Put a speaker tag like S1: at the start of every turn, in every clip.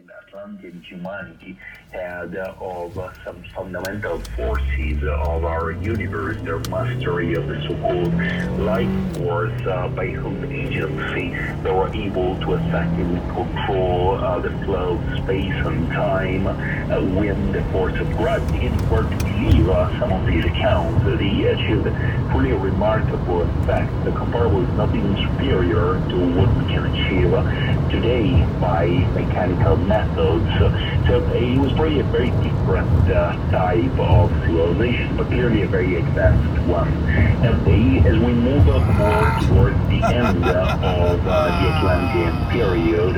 S1: and Atlantean humanity had uh, of uh, some fundamental forces of our universe, their mastery of the so-called life force uh, by whose agency they were able to effectively control uh, the flow of space and time uh, when the force of gravity and were to believe uh, some of these accounts, they achieved truly remarkable effects. The comparable is nothing superior to what we can achieve today by mechanical methods. So uh, it was probably a very different uh, type of civilization, but clearly a very advanced one. And they, as we move up more towards the end uh, of uh, the Atlantean period,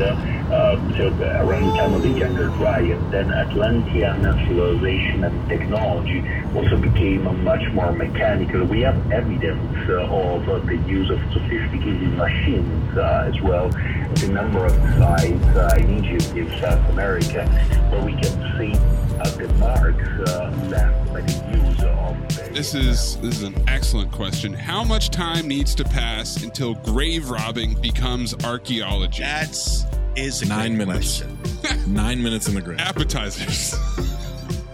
S1: uh, so uh, around the time of the Gender Riot, then Atlantean civilization and technology also became much more mechanical. We have evidence uh, of uh, the use of sophisticated machines uh, as well, the number of sites uh, in Egypt, in South America, where we can see uh, the marks uh, left by the use of. the-
S2: This is this is an excellent question. How much time needs to pass until grave robbing becomes archaeology?
S3: That's is a
S4: Nine
S3: great
S4: minutes.
S3: question.
S4: Nine minutes in the grave.
S2: Appetizers.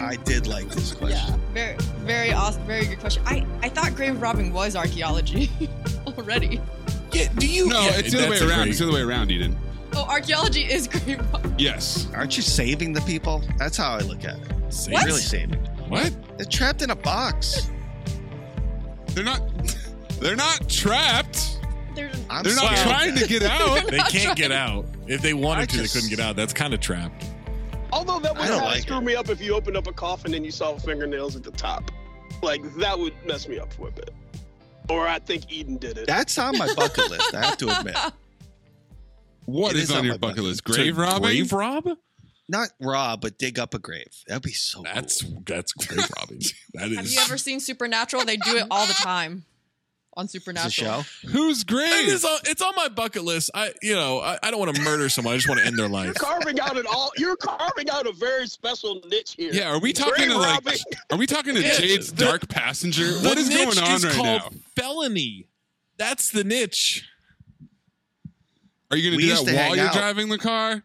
S3: I did like this question.
S5: Yeah, very, very awesome, very good question. I, I thought grave robbing was archaeology already.
S3: Yeah. do you?
S2: No,
S3: yeah,
S2: it's the other way
S4: that's a
S2: around.
S4: great-
S2: It's the other way around, Eden.
S5: Oh, archaeology is grave robbing.
S2: Yes.
S3: aren't you saving the people? That's how I look at it.
S4: Saving-
S3: You're Really saving.
S2: What?
S3: They're trapped in a box.
S2: They're not. They're not trapped.
S5: They're,
S3: I'm
S2: they're not
S3: scared.
S2: trying to get out.
S4: They can't get out. If they
S3: I
S4: wanted to, they
S3: just-
S4: couldn't get out. That's kind of trapped.
S6: Although that
S3: I
S6: would
S3: don't
S6: kind
S3: like
S6: of screw
S3: it.
S6: me up if you opened up a coffin and you saw fingernails at the top. Like that would mess me up for a bit. Or I think Eden did it.
S3: That's on my bucket list. I have to admit,
S2: What
S3: It
S2: is,
S3: is
S2: on
S3: on
S2: your
S3: my
S2: bucket
S3: bucket
S2: list?
S4: To
S2: Grave robbing.
S4: Grave rob?
S3: not raw, but dig up a grave. That'd be so.
S4: That's
S3: cool.
S4: that's grave robbing. That is.
S5: have you ever seen Supernatural? They do it all the time on
S3: It's a
S5: Supernatural.
S3: show.
S2: Who's
S4: It
S2: grave?
S4: is on, it's on my bucket list. I you know I, I don't want to murder someone. I just want to end their
S6: You're
S4: life.
S6: carving out an all you're carving out a very special niche here.
S2: yeah. Are we talking
S6: Grave
S2: to like?
S6: robbing.
S2: Are we talking to
S4: Yeah,
S2: Jade's
S4: the-
S2: dark passenger?
S4: The
S2: What is
S4: niche
S2: going on
S4: is
S2: right
S4: called
S2: now?
S4: Felony. That's the niche.
S2: Are you going
S3: We
S2: to do
S3: used
S2: that
S3: to
S2: while
S3: hang
S2: you're
S3: out.
S2: driving the car?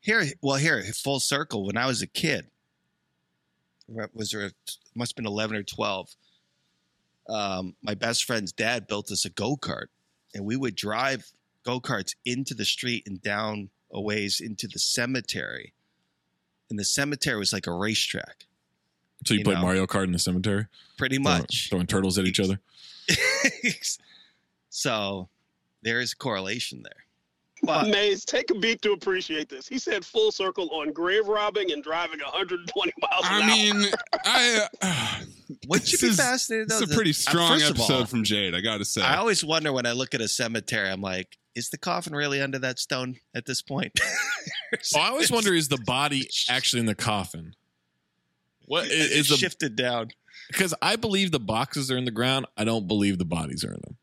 S3: Here, well, here, full circle. When I was a kid, what was there? Must have been eleven or twelve. Um, my best friend's dad built us a go kart, and we would drive go karts into the street and down a ways into the cemetery. And the cemetery was like a racetrack,
S4: So you,
S3: You
S4: played
S3: know.
S4: Mario Kart in the cemetery,
S3: pretty
S4: Throwing-
S3: much.
S4: throwing turtles at each other.
S3: so there is a correlation there. But
S6: Maze, take a beat to appreciate this. He said full circle on grave robbing and driving 120 miles an
S2: I
S6: hour.
S2: mean, I. Uh,
S3: what you
S2: this
S3: be
S2: is-
S3: fascinated?
S2: This
S3: though,
S2: is a pretty
S3: uh,
S2: strong
S3: first of
S2: episode
S3: all,
S2: from Jade. I got to say.
S3: I always wonder when I look at a cemetery, I'm like, is the coffin really under that stone at this point?
S4: Oh, I always wonder: is the body actually in the coffin? What
S3: Has
S4: is,
S3: it
S4: is the
S3: shifted down.
S4: because I believe the boxes are in the ground. I don't believe the bodies are in them.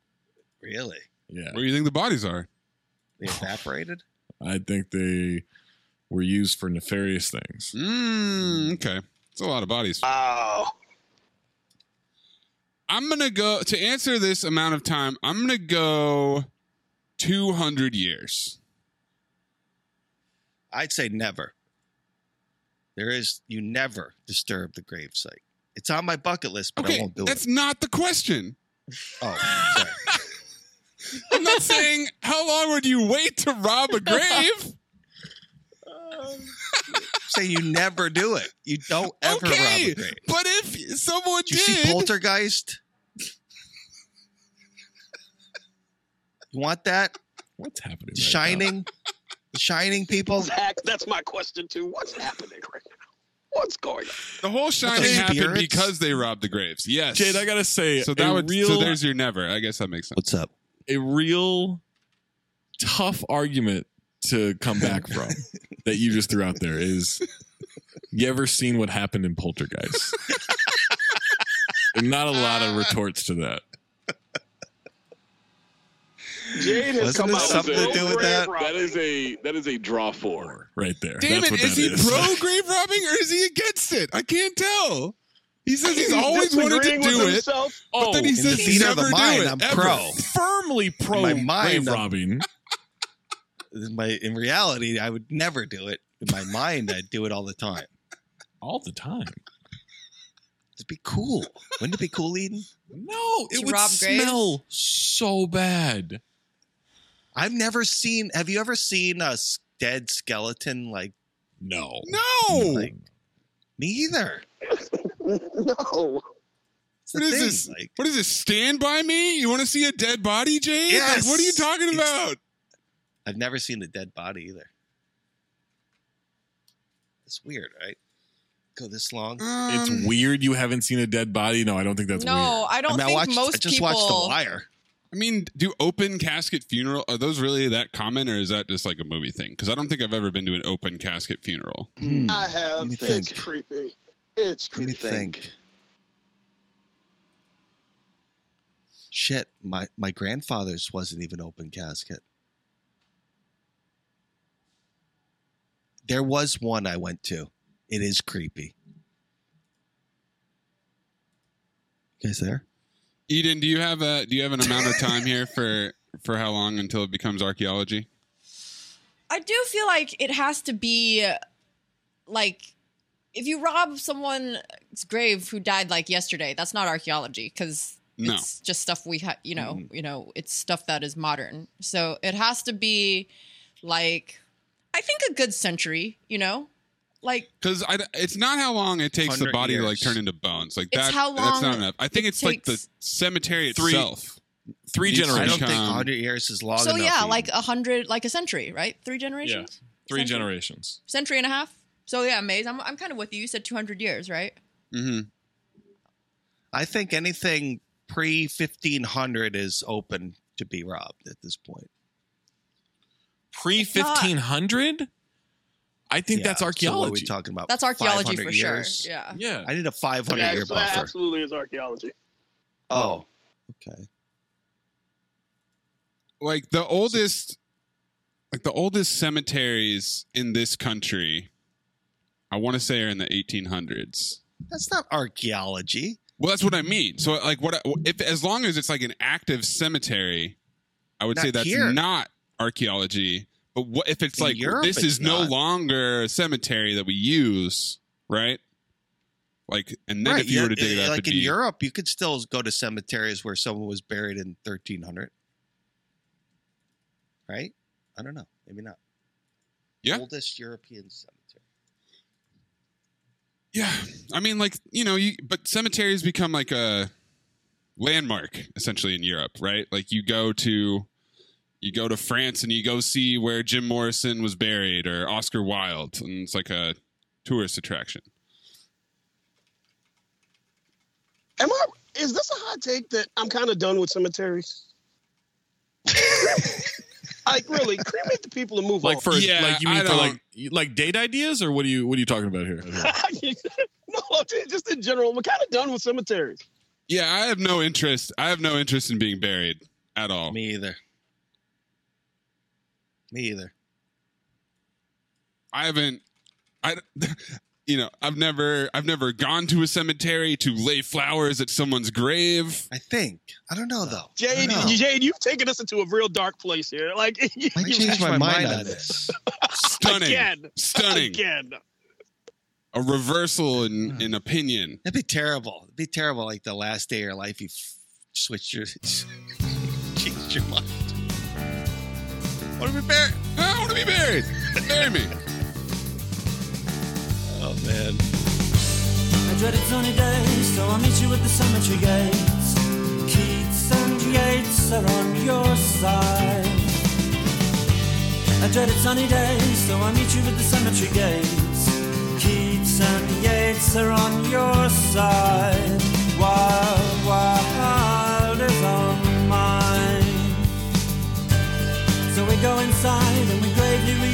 S3: Really?
S4: Yeah,
S2: Where do you think the bodies are?
S3: They evaporated?
S4: I think they were used for nefarious things.
S2: Mm, okay, it's a lot of bodies.
S6: Wow.
S2: I'm gonna go to answer this amount of time. I'm gonna go 200 years.
S3: I'd say never. There is you never disturb the grave site. It's on my bucket list, but I
S2: Okay,
S3: won't do
S2: that's
S3: it.
S2: not the question.
S3: Oh, sorry.
S2: I'm not saying how long would you wait to rob a grave.
S3: say you never do it. You don't ever rob
S2: okay,
S3: a grave.
S2: but if someone
S3: Did you see
S2: did,
S3: Poltergeist? you want that?
S4: What's happening?
S3: The
S4: right now?
S3: Shining? The Shining people?
S6: Zach, that's my question too. What's happening right now? What's going on?
S2: the whole shining happened
S3: spirits?
S2: because they robbed the graves. Yes,
S4: Jade, I gotta say,
S2: so that
S4: a
S2: would
S4: real,
S2: so there's your never. I guess that makes sense.
S3: What's up?
S4: a real tough argument to come back from that you just threw out there is you ever seen what happened in Poltergeist? Not a lot of retorts to that.
S6: Jade has
S3: Wasn't
S6: come
S3: it
S6: out with
S3: something to
S6: no
S3: do with
S6: grave
S3: that?
S6: robbing.
S7: That is a that is a draw four.
S4: Right there.
S2: Damn
S4: That's
S2: it!
S4: what
S2: Is
S4: that
S2: he pro grave robbing or is he against it? I can't tell. He says he's always wanted to
S6: disagreeing with
S2: do it,
S6: himself.
S4: Oh,
S2: but then he
S4: in
S2: says
S4: the
S2: he's
S3: theater of
S2: never
S3: the
S2: do
S3: mind,
S2: it.
S3: I'm
S2: ever.
S3: pro.
S4: firmly pro
S3: my mind,
S4: grave
S3: I'm-
S4: robbing.
S3: In my in reality, I would never do it. In my mind, I'd do it all the time.
S4: all the time.
S3: It'd be cool. Wouldn't it be cool, Eden?
S4: No, it
S5: To
S4: would
S5: rob graves?
S4: smell so bad.
S3: I've never seen. Have you ever seen a s- dead skeleton? Like
S4: No.
S2: No,
S3: Like, me either.
S6: No.
S3: It's the
S2: What is
S3: thing,
S2: this?
S3: Like,
S2: what is this? Stand by me. You want to see a dead body, Jay?
S3: Yes.
S2: Like, what are you talking
S3: It's-
S2: about?
S3: I've never seen a dead body either. It's weird, right? Go this long.
S5: Mm,
S4: It's
S2: Um,
S4: weird you haven't seen a dead body. No, I don't think that's
S5: no, I don't
S3: I, mean, I
S5: think
S3: watched.
S5: most
S3: I just
S5: people.
S3: watched The Liar.
S2: I mean, do open casket funeral are those really that common, or is that just like a movie thing? Because I don't think I've ever been to an open casket funeral.
S6: I have.
S3: Let me
S6: It's
S3: think.
S6: creepy. It's
S3: Let
S6: creepy.
S3: me think. Shit, my my grandfather's wasn't even open casket. There was one I went to. It is creepy. You guys there?
S2: Eden, do you have a do you have an amount of time here for for how long until it becomes archaeology?
S5: I do feel like it has to be uh, like if you rob someone's grave who died like yesterday, that's not archaeology because
S2: No.
S5: it's just stuff we ha- you know, you know, it's stuff that is modern. So it has to be like I think a good century, you know? Like
S2: Because it's not how long it takes the
S3: 100
S2: body to like
S3: years.
S2: turn into bones. Like
S5: It's
S2: that,
S5: how
S2: that's not
S5: long
S2: enough. I think
S5: it
S2: it's like the
S5: takes-
S2: cemetery
S4: Three-
S2: itself.
S4: Three
S2: These-
S3: I don't
S4: generations.
S3: think
S2: Um,
S3: 100 years is long
S5: so
S3: enough.
S5: yeah,
S3: even.
S5: like uh, a hundred like a century, right? Three generations?
S4: Three
S5: Century.
S4: generations.
S5: Century and a half? So yeah, Maze, I'm I'm kinda with you. You said two hundred years, right?
S2: hmm
S3: I think anything pre 1500 is open to be robbed at this point.
S4: Pre
S5: It's not-
S4: fifteen hundred? I think
S3: Yeah,
S4: that's
S3: So what are we
S4: archaeology.
S3: talking about?
S5: That's archaeology
S3: 500
S5: for
S3: years?
S5: sure. Yeah.
S4: yeah.
S3: I need a 500
S6: Yeah,
S3: year
S6: so
S3: buffer.
S6: that absolutely is archaeology.
S3: Oh, okay.
S2: Like the oldest, like the oldest cemeteries in this country, I want to say are in the 1800s.
S3: That's not archaeology.
S2: Well, that's what I mean. So, like, what if as long as it's like an active cemetery, I would
S3: Not
S2: say that's
S3: here.
S2: not archaeology. But what if it's
S3: In
S2: like
S3: Europe,
S2: this
S3: it's
S2: is no
S3: not.
S2: longer a cemetery that we use, right? Like, and then if you
S3: yeah,
S2: were to dig it up,
S3: like
S2: it'd
S3: in
S2: be-
S3: Europe, you could still go to cemeteries where someone was buried in 1300. Right? I don't know. Maybe not.
S2: Yeah.
S3: Oldest European cemetery.
S2: yeah. I mean, like you know, you but cemeteries become like a landmark essentially in Europe, right? Like you go to you go to France and you go see where Jim Morrison was buried or Oscar Wilde, and it's like a tourist attraction.
S6: Am I? Is this a hot take that I'm kind of done with cemeteries? like really, cremate the people and move
S4: Like
S6: on.
S4: for
S2: Yeah,
S4: like you
S2: I
S4: mean for
S2: don't-
S4: like like date ideas or what are you what are you talking about here?
S6: no, just in general, we're kind of done with cemeteries.
S2: Yeah, I have no interest. I have no interest in being buried at all.
S3: Me either. Me either.
S2: I haven't. I, you know, I've never. I've never gone to a cemetery to lay flowers at someone's grave.
S3: I think. I don't know, though.
S6: Jade,
S3: I don't know.
S6: Jade, you've taken us into a real dark place here. Like you,
S3: I changed my mind on
S6: this.
S3: this.
S2: Stunning,
S6: Again.
S2: stunning.
S6: Again,
S2: A reversal in in opinion.
S3: That'd be terrible. It'd be terrible. Like the last day of your life, you f- switched your changed your mind.
S2: Want to be buried? I want to be buried. Bury me.
S3: Oh man.
S8: I dreaded sunny days, so I'll meet you at the cemetery gates. Keats and Yates are on your side. I dreaded sunny days, so I'll meet you at the cemetery gates. Keats and Yates are on your side. Wild, wild is on mine. So we go inside and we gravely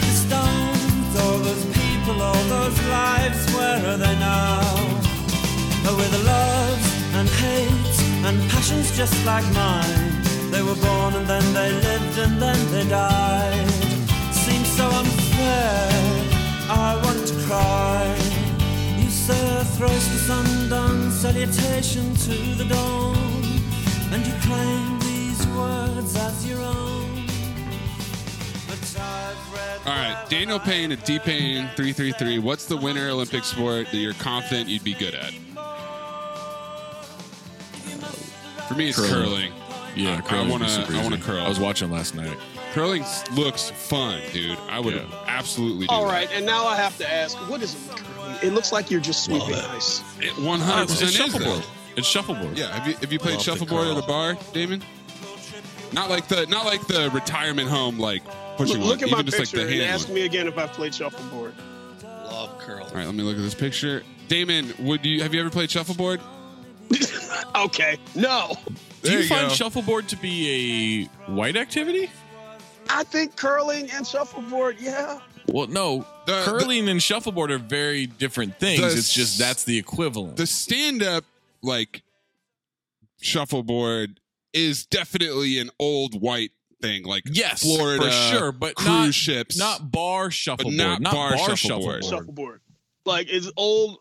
S8: are they now? Oh, with the loves and hates and passions just like mine. They were born and then they lived and then they died. Seems so unfair. I want to cry. You, sir, throws the sundown salutation to the dawn, and you claim these words as your own. But I've read
S2: All right, Daniel Payne at D Payne three three three. What's the winner Olympic sport that you're confident you'd be good at? For me, it's curling.
S4: Curling. Yeah,
S2: I-
S4: curling
S2: I
S4: would
S2: want
S4: be
S2: to.
S4: super
S2: I want to
S4: easy.
S2: curl.
S4: I was watching last night.
S2: curling s- looks fun, dude. I would
S4: Yeah.
S2: absolutely. Do
S6: All
S2: that.
S6: right, and now I have to ask, what is curling? It looks like you're just sweeping
S3: uh,
S6: ice.
S2: It 100
S4: it's,
S2: percent is
S4: shuffleboard.
S2: that.
S4: It's shuffleboard.
S2: Yeah, have you have you played
S4: Love to
S2: shuffleboard at
S4: curl.
S2: a bar, Damon? Not like the not like the retirement home like
S6: Look,
S2: pushing one.
S6: look at
S2: Even
S6: my
S2: just
S6: picture
S2: like the
S6: and
S2: hand
S6: ask
S2: one.
S6: me again if I played shuffleboard.
S3: Love curl.
S2: All right, let me look at this picture. Damon, would you have you ever played shuffleboard?
S6: Okay, no.
S4: Do you,
S2: There you
S4: find
S2: go.
S4: shuffleboard to be a white activity?
S6: I think curling and shuffleboard, yeah.
S4: Well, no.
S2: The-
S4: curling and shuffleboard are very different things.
S2: The
S4: it's just that's the equivalent.
S2: The stand up like shuffleboard is definitely an old white thing, like
S4: yes,
S2: Florida
S4: for sure, but
S2: cruise
S4: not
S2: ships.
S4: not bar shuffleboard,
S2: not
S4: not,
S2: bar
S4: bar,
S2: shuffleboard.
S4: shuffleboard.
S6: Shuffleboard. Like it's old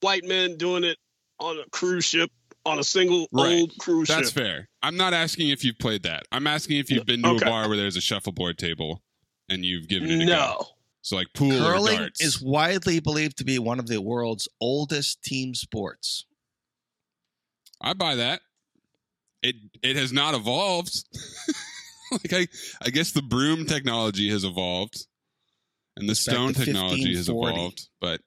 S6: white men doing it on a cruise ship on a single
S2: Right.
S6: old cruise
S2: That's
S6: ship.
S2: fair. I'm not asking if you've played that. I'm asking if you've been to
S6: Okay.
S2: a bar where there's a shuffleboard table and you've given it a go.
S6: No.
S2: So like pool or
S3: Curling
S2: darts.
S3: is widely believed to be one of the world's oldest team sports.
S2: I buy that. It it has not evolved. like I I guess the broom technology has evolved and the stone
S3: to
S2: technology has
S3: 1540.
S2: evolved, but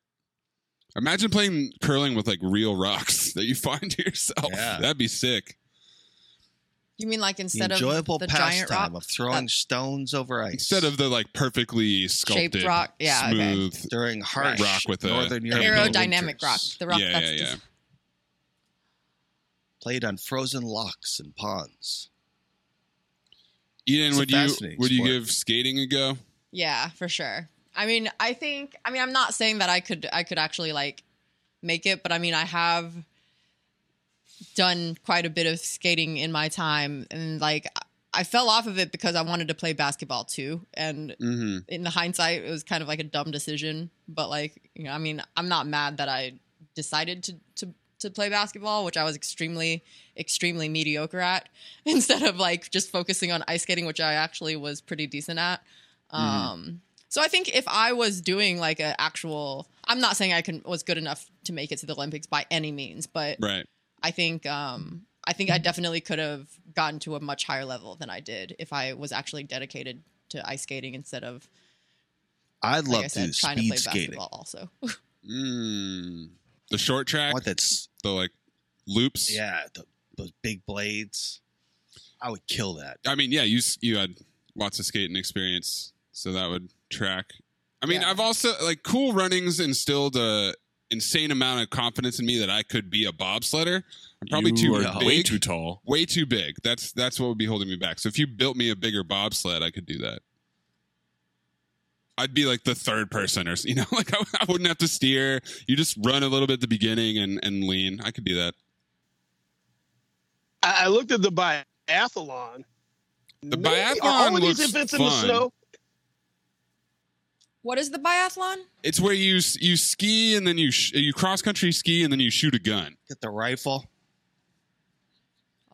S2: imagine playing curling with like real rocks that you find yourself.
S3: Yeah.
S2: That'd be sick.
S5: You mean like
S3: The
S5: instead
S3: enjoyable
S5: of the giant rock uh,
S3: pastime of throwing
S5: that-
S3: stones over ice.
S2: Instead of the like perfectly sculpted
S5: rock, yeah, okay.
S2: smooth
S3: during harsh
S2: Rock with a-
S3: northern
S5: the
S3: European
S5: aerodynamic
S3: winters,
S5: rock, the rock
S2: Yeah,
S5: that's
S2: yeah, yeah.
S5: just-
S3: played on frozen locks and ponds.
S2: Ian,
S3: It's a
S2: would you
S3: fascinating
S2: would you
S3: sport.
S2: give skating a go?
S5: Yeah, for sure. I mean, I think I mean I'm not saying that I could I could actually like make it, but I mean I have done quite a bit of skating in my time and like I- I fell off of it because I wanted to play basketball too and
S2: Mm-hmm.
S5: in the hindsight it was kind of like a dumb decision, but like you know, I mean, I'm not mad that I decided to to to play basketball, which I was extremely extremely mediocre at instead of like just focusing on ice skating, which I actually was pretty decent at. Um, so I think if I was doing like an actual, I'm not saying I can was good enough to make it to the Olympics by any means, but
S2: Right.
S5: I think um, I think I definitely could have gotten to a much higher level than I did if I was actually dedicated to ice skating instead of
S3: I'd
S5: like
S3: love
S5: I said
S3: to
S5: trying to
S3: speed
S5: play
S3: skating.
S5: basketball also.
S2: Mm. The short track,
S3: I want that s-
S2: the like loops.
S3: Yeah, the, those big blades. I would kill that.
S2: I mean, yeah, you s- you had lots of skating experience, so that would track. I mean,
S5: Yeah.
S2: I've also like cool runnings instilled a insane amount of confidence in me that I could be a bobsledder. I'm probably
S4: you
S2: too
S4: are
S2: big,
S4: way too tall.
S2: way too big. That's that's what would be holding me back. So if you built me a bigger bobsled, I could do that. I'd be like the third person, or s- you know, like I, I wouldn't have to steer. You just run a little bit at the beginning and and lean. I could do that.
S6: I, I looked at the biathlon.
S2: The
S6: Maybe- are
S2: biathlon
S6: all of these
S2: looks
S6: events in the
S2: fun.
S6: snow.
S5: What is the biathlon?
S2: It's where you s- you ski and then you sh- you cross country ski and then you shoot a gun.
S3: Get the rifle.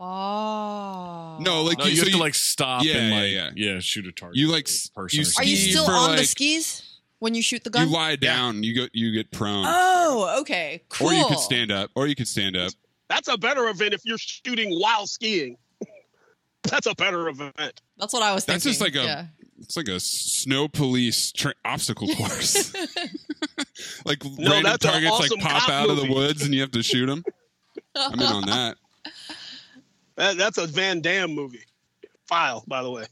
S5: Oh.
S2: No, like
S4: No,
S2: you,
S4: you
S2: so
S4: have to
S2: you-
S4: like stop
S2: Yeah,
S4: and
S2: yeah,
S4: like
S2: yeah.
S4: yeah, shoot a target.
S2: You, like,
S4: or
S2: s-
S4: person
S2: you
S4: or
S5: Are you
S2: ski
S5: still
S2: for,
S5: on the
S2: like-
S5: skis when you shoot the
S2: you
S5: gun?
S2: lie down. You go you get prone,
S5: oh, okay. Cool.
S2: or you could stand up, or you could stand up.
S6: That's a better event if you're shooting while skiing. That's a better event.
S5: That's what I was thinking.
S2: That's just like a-
S5: Yeah.
S2: It's like a s- snow police tra- obstacle course. like random
S6: that's a
S2: targets
S6: awesome
S2: like pop
S6: cop
S2: out of the
S6: movie.
S2: woods and you have to shoot them. I'm in on that.
S6: That, that's a Van Damme movie. File, by the way.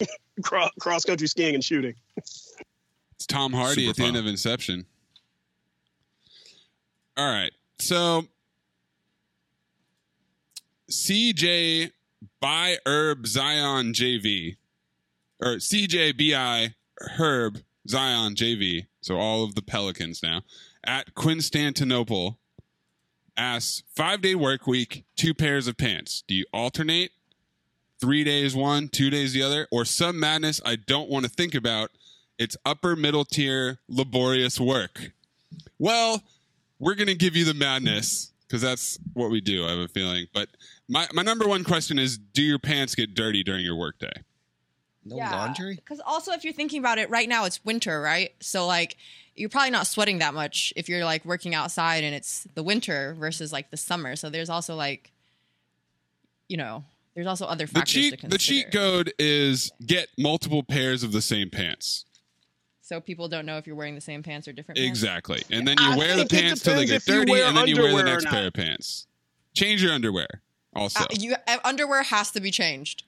S6: Cross country skiing and shooting.
S2: It's Tom Hardy
S4: Super
S2: at the end
S4: fun.
S2: of Inception. All right. So CJ by Herb Zion JV or CJ BI Herb Zion, JV, so all of the Pelicans now, at Constantinople asks five day work week, two pairs of pants. Do you alternate three days one, two days the other, or some madness I don't want to think about? It's upper middle tier laborious work. Well, we're going to give you the madness because that's what we do, I have a feeling. But my, my number one question is do your pants get dirty during your workday?
S3: No laundry?
S5: Because also, if you're thinking about it right now, it's winter, right? So like, you're probably not sweating that much if you're like working outside and it's the winter versus like the summer. So there's also like, you know, there's also other
S2: The
S5: factors to
S2: cheat,
S5: consider.
S2: the cheat code is get multiple pairs of the same pants.
S5: So people don't know if you're wearing the same pants or different. pants.
S2: Exactly. And then you
S6: I
S2: wear the
S6: think it
S2: pants till they get
S6: depends if you
S2: dirty,
S6: wear
S2: and then you wear the
S6: underwear or
S2: next
S6: not.
S2: pair of pants. Change your underwear also.
S5: Uh, you uh, underwear has to be changed.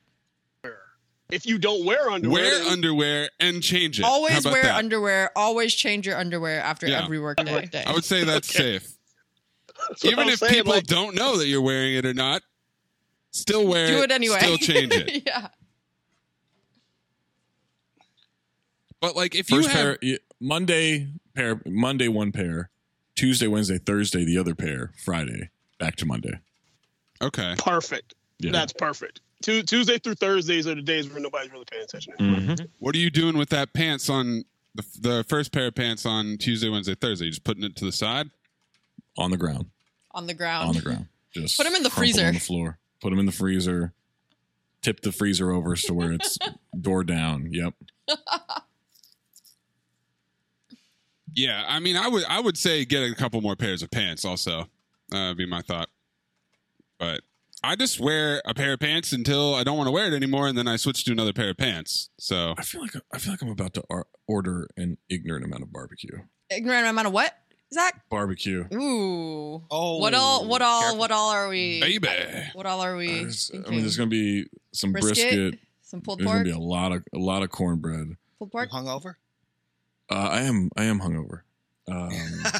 S6: If you don't wear underwear,
S2: wear
S6: then-
S2: underwear and change it. How
S5: Always
S2: about
S5: wear
S2: that?
S5: underwear. Always change your underwear after
S2: Yeah.
S5: every workday. day.
S2: I would say that's safe.
S6: That's what
S2: Even
S6: I'm
S2: if
S6: saying,
S2: people
S6: like,
S2: don't know that you're wearing it or not, still wear
S5: Do it anyway.
S2: Still change it.
S5: yeah.
S2: But like if you
S4: First
S2: have
S4: pair you- Monday pair Monday one pair, Tuesday, Wednesday, Thursday the other pair, Friday back to Monday.
S2: okay,
S6: perfect.
S4: Yeah.
S6: That's perfect. Tu- Tuesday through Thursdays are the days where nobody's really paying attention.
S5: Mm-hmm.
S2: what are you doing with that pants on the, the first pair of pants on Tuesday, Wednesday, Thursday? You just putting it to the side?
S4: Mm-hmm. on the ground.
S5: On the ground.
S4: on the ground. Just
S5: Put 'em in the
S4: crumple
S5: freezer.
S4: On the floor. Put them in the freezer. Tip the freezer over to where it's door down. Yep.
S2: Yeah, I mean, I would I would say get a couple more pairs of pants. Also, uh, would be my thought. But I just wear a pair of pants until I don't want to wear it anymore, and then I switch to another pair of pants. So
S4: I feel like I feel like I'm about to ar- order an ignorant amount of barbecue.
S5: Ignorant amount of what, Zach?
S4: Barbecue.
S5: Ooh.
S3: Oh,
S5: What all? What all?
S3: careful.
S5: What all are we?
S2: baby,
S5: What all are we?
S4: There's- I
S5: thinking?
S4: mean, there's gonna be some brisket.
S5: brisket, some pulled
S4: There's gonna
S5: pork,
S4: be a lot of a lot of cornbread.
S5: pulled pork.
S3: Hungover?
S4: Uh, I am I am hungover. Um,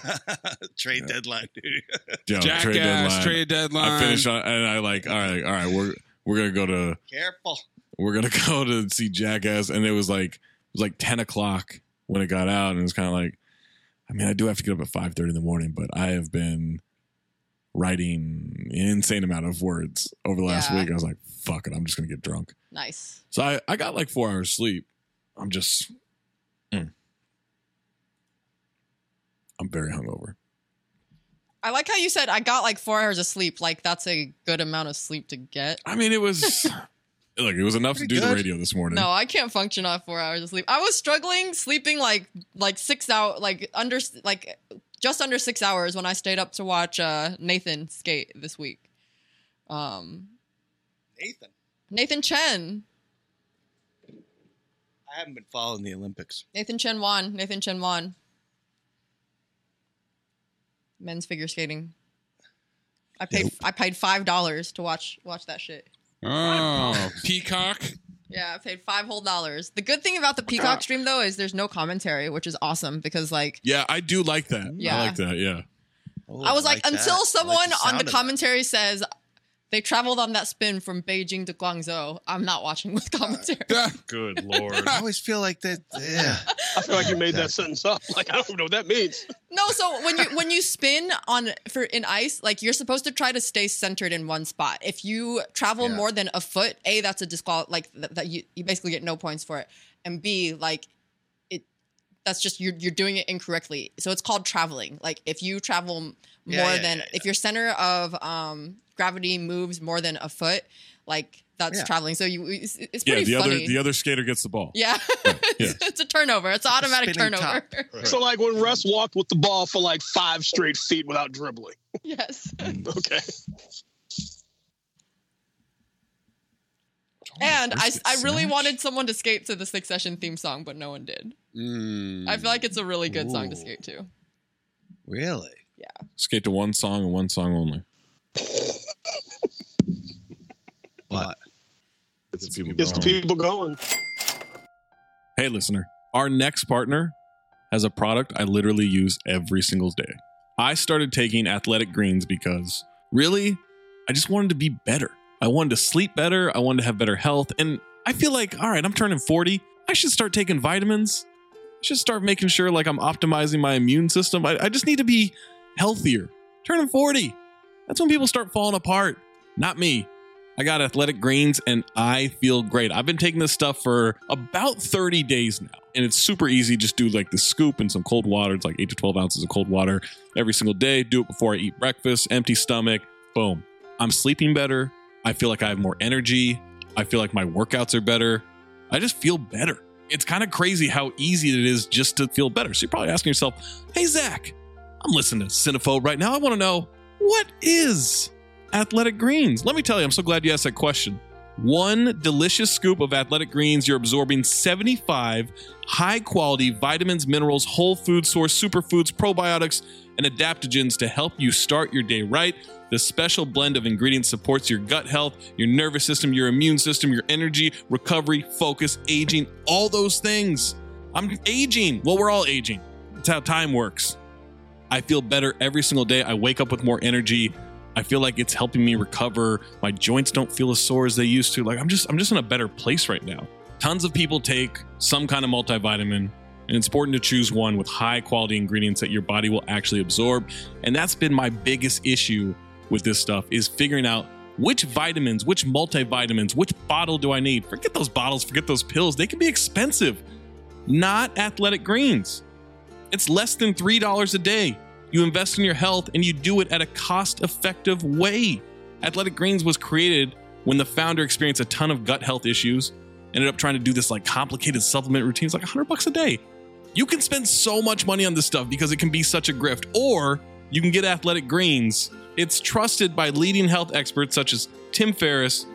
S3: Trade
S4: Yeah.
S3: deadline, dude.
S4: yo,
S2: jackass,
S4: Oh, trade deadline.
S2: trade deadline.
S4: I finish on, and I like all right, all right. We're we're gonna go to
S3: Careful.
S4: we're gonna go to see Jackass, and it was like it was like ten o'clock when it got out, and it was kind of like, I mean, I do have to get up at five thirty in the morning, but I have been writing an insane amount of words over the last
S5: Yeah.
S4: week. I was like, fuck it, I'm just gonna get drunk.
S5: Nice.
S4: So I I got like four hours sleep. I'm just, mm. I'm very hungover.
S5: I like how you said I got like four hours of sleep. Like that's a good amount of sleep to get.
S4: I mean, it was look, it was enough
S3: Pretty
S4: to do the
S3: good.
S4: radio this morning.
S5: No, I can't function off four hours of sleep. I was struggling sleeping like like six hours, like under like just under six hours when I stayed up to watch uh, Nathan skate this week. Um,
S3: Nathan,
S5: Nathan Chen,
S3: I haven't been following the Olympics.
S5: Nathan Chen won. Nathan Chen won. Men's figure skating. I paid I paid five dollars to watch watch that shit.
S2: Oh, peacock.
S5: Yeah, I paid five whole dollars. The good thing about the Peacock stream though is there's no commentary, which is awesome because like
S4: Yeah, I do like that.
S5: Yeah.
S4: I like that. Yeah.
S3: Oh,
S5: I was like,
S3: that. I
S5: until
S3: like
S5: someone on
S3: sound
S5: the
S3: of
S5: commentary says they traveled on that spin from Beijing to Guangzhou, I'm not watching with commentary.
S2: Yeah.
S4: Good lord.
S3: that. I always feel like that. Yeah.
S6: I feel like you made that sentence up. Like I don't even know what that means.
S5: no, so when you when you spin on for in ice, like you're supposed to try to stay centered in one spot. If you travel
S3: Yeah.
S5: more than a foot, a that's a disqual like th- that you you basically get no points for it, and b like it that's just you're you're doing it incorrectly. So it's called traveling. Like if you travel m- more
S3: Yeah, yeah,
S5: than
S3: yeah,
S5: if your center of um gravity moves more than a foot, like that's
S3: Yeah.
S5: traveling. So you it's, it's
S4: yeah,
S5: pretty
S4: the
S5: funny.
S4: other the other skater gets the ball.
S5: yeah,
S4: yeah.
S5: it's a turnover. It's an automatic
S3: spinning
S5: turnover.
S3: top.
S6: So like when Russ walked with the ball for like five straight feet without dribbling.
S5: yes.
S2: Mm.
S6: Okay.
S5: And I,
S4: Brisket
S5: I really
S4: smash?
S5: wanted someone to skate to the Six Session theme song, but no one did.
S2: Mm.
S5: I feel like it's a really good song to
S3: Ooh.
S5: skate to.
S3: Really?
S4: skate to one song and one song only.
S3: But
S6: Gets the people going.
S4: Hey, listener, our next partner has a product I literally use every single day. I started taking athletic greens because really, I just wanted to be better. I wanted to sleep better. I wanted to have better health. And I feel like, all right, I'm turning 40. I should start taking vitamins. should start making sure like I'm optimizing my immune system. I, I just need to be healthier. Turning 40. That's when people start falling apart. Not me. I got athletic greens and I feel great. I've been taking this stuff for about 30 days now. And it's super easy. Just do like the scoop and some cold water. It's like eight to 12 ounces of cold water every single day. Do it before I eat breakfast, empty stomach. Boom. I'm sleeping better. I feel like I have more energy. I feel like my workouts are better. I just feel better. It's kind of crazy how easy it is just to feel better. So you're probably asking yourself, hey, Zach, I'm listening to Cinephobe right now. I want to know what is Athletic Greens? Let me tell you, I'm so glad you asked that question. One delicious scoop of Athletic Greens, you're absorbing 75 high quality vitamins, minerals, whole food source, superfoods, probiotics, and adaptogens to help you start your day right. This special blend of ingredients supports your gut health, your nervous system, your immune system, your energy, recovery, focus, aging, all those things. I'm aging. Well, we're all aging. That's how time works. I feel better every single day. I wake up with more energy. I feel like it's helping me recover. My joints don't feel as sore as they used to. Like I'm just I'm just in a better place right now. Tons of people take some kind of multivitamin, and it's important to choose one with high quality ingredients that your body will actually absorb. And that's been my biggest issue with this stuff is figuring out which vitamins, which multivitamins, which bottle do I need? Forget those bottles, forget those pills. They can be expensive. Not athletic greens. It's less than $3 a day. You invest in your health and you do it at a cost effective way. Athletic Greens was created when the founder experienced a ton of gut health issues, ended up trying to do this like complicated supplement routines, like 100 bucks a day. You can spend so much money on this stuff because it can be such a grift, or you can get Athletic Greens. It's trusted by leading health experts such as Tim Ferriss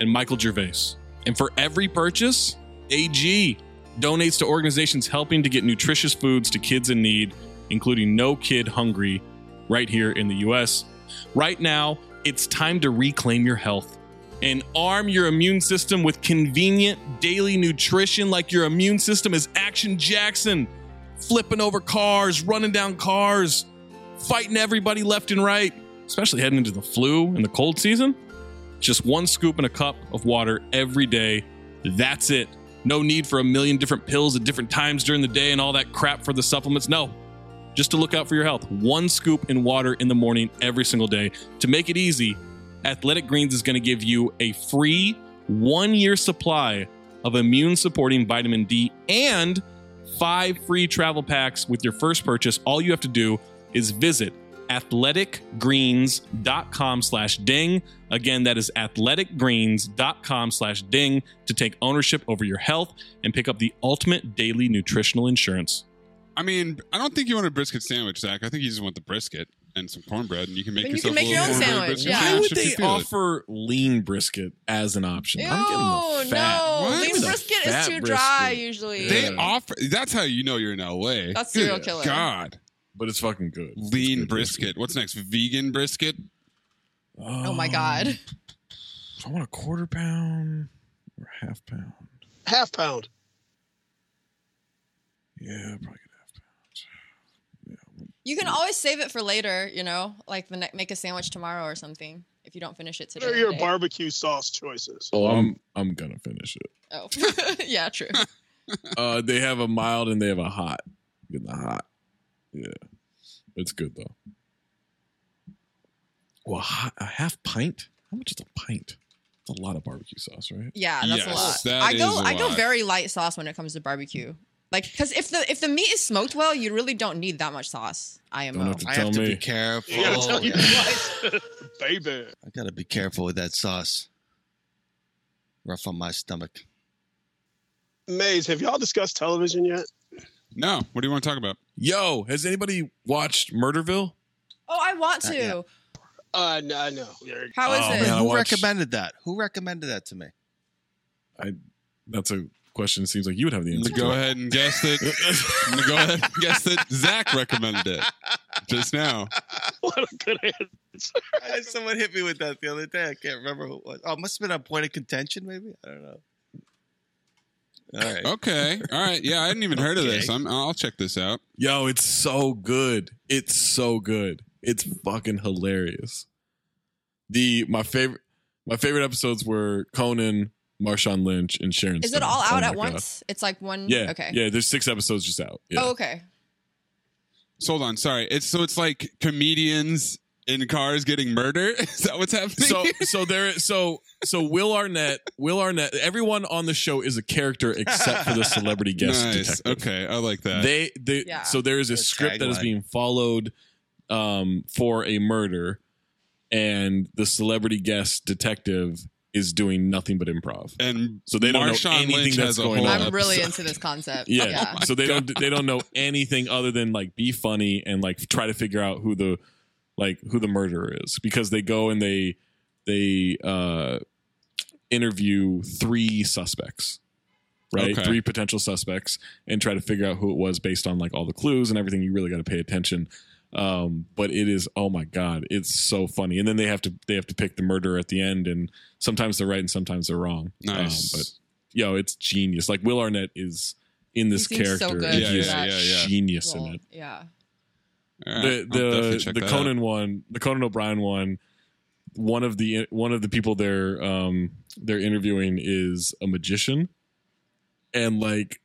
S4: and Michael Gervais. And for every purchase, AG donates to organizations helping to get nutritious foods to kids in need, including No Kid Hungry, right here in the US. Right now, it's time to reclaim your health and arm your immune system with convenient daily nutrition like your immune system is Action Jackson, flipping over cars, running down cars, fighting everybody left and right, especially heading into the flu and the cold season. Just one scoop and a cup of water every day. That's it. No need for a million different pills at different times during the day and all that crap for the supplements. No, just to look out for your health. One scoop in water in the morning every single day. To make it easy, Athletic Greens is going to give you a free one year supply of immune supporting vitamin D and five free travel packs with your first purchase. All you have to do is visit athleticgreens.com slash ding again that is athleticgreens.com slash ding to take ownership over your health and pick up the ultimate daily nutritional insurance
S2: I mean, I don't think you want a brisket sandwich, Zach. I think you just want the brisket and some cornbread, and you can make
S5: Then you
S2: yourself
S5: can make
S2: a
S5: your
S2: little
S5: own
S2: cornbread
S5: sandwich,
S2: brisket
S5: yeah.
S4: Why would
S2: if you
S4: they
S2: feel it.
S4: offer lean brisket as an option?
S5: Oh
S4: the fat.
S5: no,
S2: What?
S5: lean
S2: Give me the
S5: brisket is
S4: fat
S5: too dry
S4: brisket.
S5: usually.
S2: They
S4: Yeah.
S2: offer. That's how you know you're in LA.
S5: That's
S2: Good
S5: serial killer.
S2: God,
S4: But it's fucking good. It's
S2: lean
S4: good
S2: brisket. What's next? Vegan brisket.
S5: oh my god,
S4: I want a quarter pound or a half pound.
S6: Half pound.
S4: Yeah, probably good.
S5: you can always save it for later. You know, like the ne- make a sandwich tomorrow or something if you don't finish it today.
S6: What are your
S5: today.
S6: barbecue sauce choices?
S4: Oh,
S2: um,
S4: I'm I'm gonna finish it.
S5: Oh, yeah, true.
S4: Uh, they have a mild and they have a hot. Get the hot. Yeah, it's good though. Well, a, hot, a half pint. How much is a pint? It's a lot of barbecue sauce, right?
S5: Yeah, that's a
S2: Yes,
S5: lot.
S2: that
S5: I go
S2: is a
S5: I go
S2: lot.
S5: very light sauce when it comes to barbecue. Like because if the if the meat is smoked well, you really don't need that much sauce. IMO.
S4: Don't have to
S3: I
S4: tell
S3: have to
S4: me.
S3: be careful.
S6: You gotta tell you
S3: I
S6: twice. Baby.
S3: gotta be careful with that sauce. Rough on my stomach.
S6: Maze, have y'all discussed television yet?
S2: No. What do you want to talk about?
S4: Yo, has anybody watched Murderville?
S5: oh, I want
S3: Not
S5: to.
S6: Uh, no, I know.
S5: How is
S4: Oh,
S5: it?
S4: man, I
S3: Who
S4: watched-
S3: recommended that? Who recommended that to me?
S4: That's a question. It seems like you would have the answer.
S2: Go
S4: to.
S2: ahead and guess that. go ahead and guess that Zach recommended it just now.
S6: What a good answer.
S3: Someone hit me with that the other day. I can't remember who it was. Oh, it must have been a point of contention, maybe. I don't know. All right.
S2: Okay. All right. Yeah, I hadn't even heard of this.
S3: Okay.
S2: I'm, I'll check this out.
S4: Yo, it's so good. It's so good. It's fucking hilarious. The my favorite my favorite episodes were Conan Marshawn Lynch, and Sharon.
S5: Is
S4: Stone.
S5: it all
S4: Oh
S5: out
S4: my
S5: at
S4: God.
S5: once? It's like one.
S4: Yeah.
S5: Okay.
S4: Yeah. There's six episodes just out. Yeah.
S5: Oh, okay.
S2: So hold on, sorry. It's so it's like comedians in cars getting murdered. Is that what's happening?
S4: so so there so so Will Arnett Will Arnett everyone on the show is a character except for the celebrity guest
S2: nice.
S4: detective.
S2: Okay, I like that.
S4: They they
S5: Yeah.
S4: so there is a
S3: Good
S4: script that is
S3: tagline.
S4: being followed um for a murder and the celebrity guest detective is doing nothing but improv.
S2: and
S4: So they don't know
S2: Marshawn
S4: anything
S2: Lynch
S4: that's
S2: has a
S4: going
S2: whole
S4: on.
S5: I'm really
S2: episode.
S5: into this concept.
S4: Yeah.
S5: Yeah.
S4: so they don't they don't know anything other than like be funny and like try to figure out who the like who the murderer is because they go and they they uh interview three suspects. Right?
S2: Okay.
S4: Three potential suspects and try to figure out who it was based on like all the clues and everything. You really got to pay attention. Um but it is oh my god, it's so funny. And then they have to they have to pick the murderer at the end and sometimes they're right and sometimes they're wrong.
S2: nice.
S4: Um, but yo, it's genius. Like Will Arnett is in this
S5: He seems
S4: character.
S5: so good
S4: He
S2: Yeah,
S4: is
S2: yeah, yeah, yeah.
S4: genius
S5: Cool.
S4: in it.
S5: Yeah.
S2: All right,
S4: Um, The
S2: I'll definitely
S4: the
S2: check
S4: the
S2: that out.
S4: Conan one, the Conan O'Brien one, one of the one of the people they're um they're interviewing is a magician. And like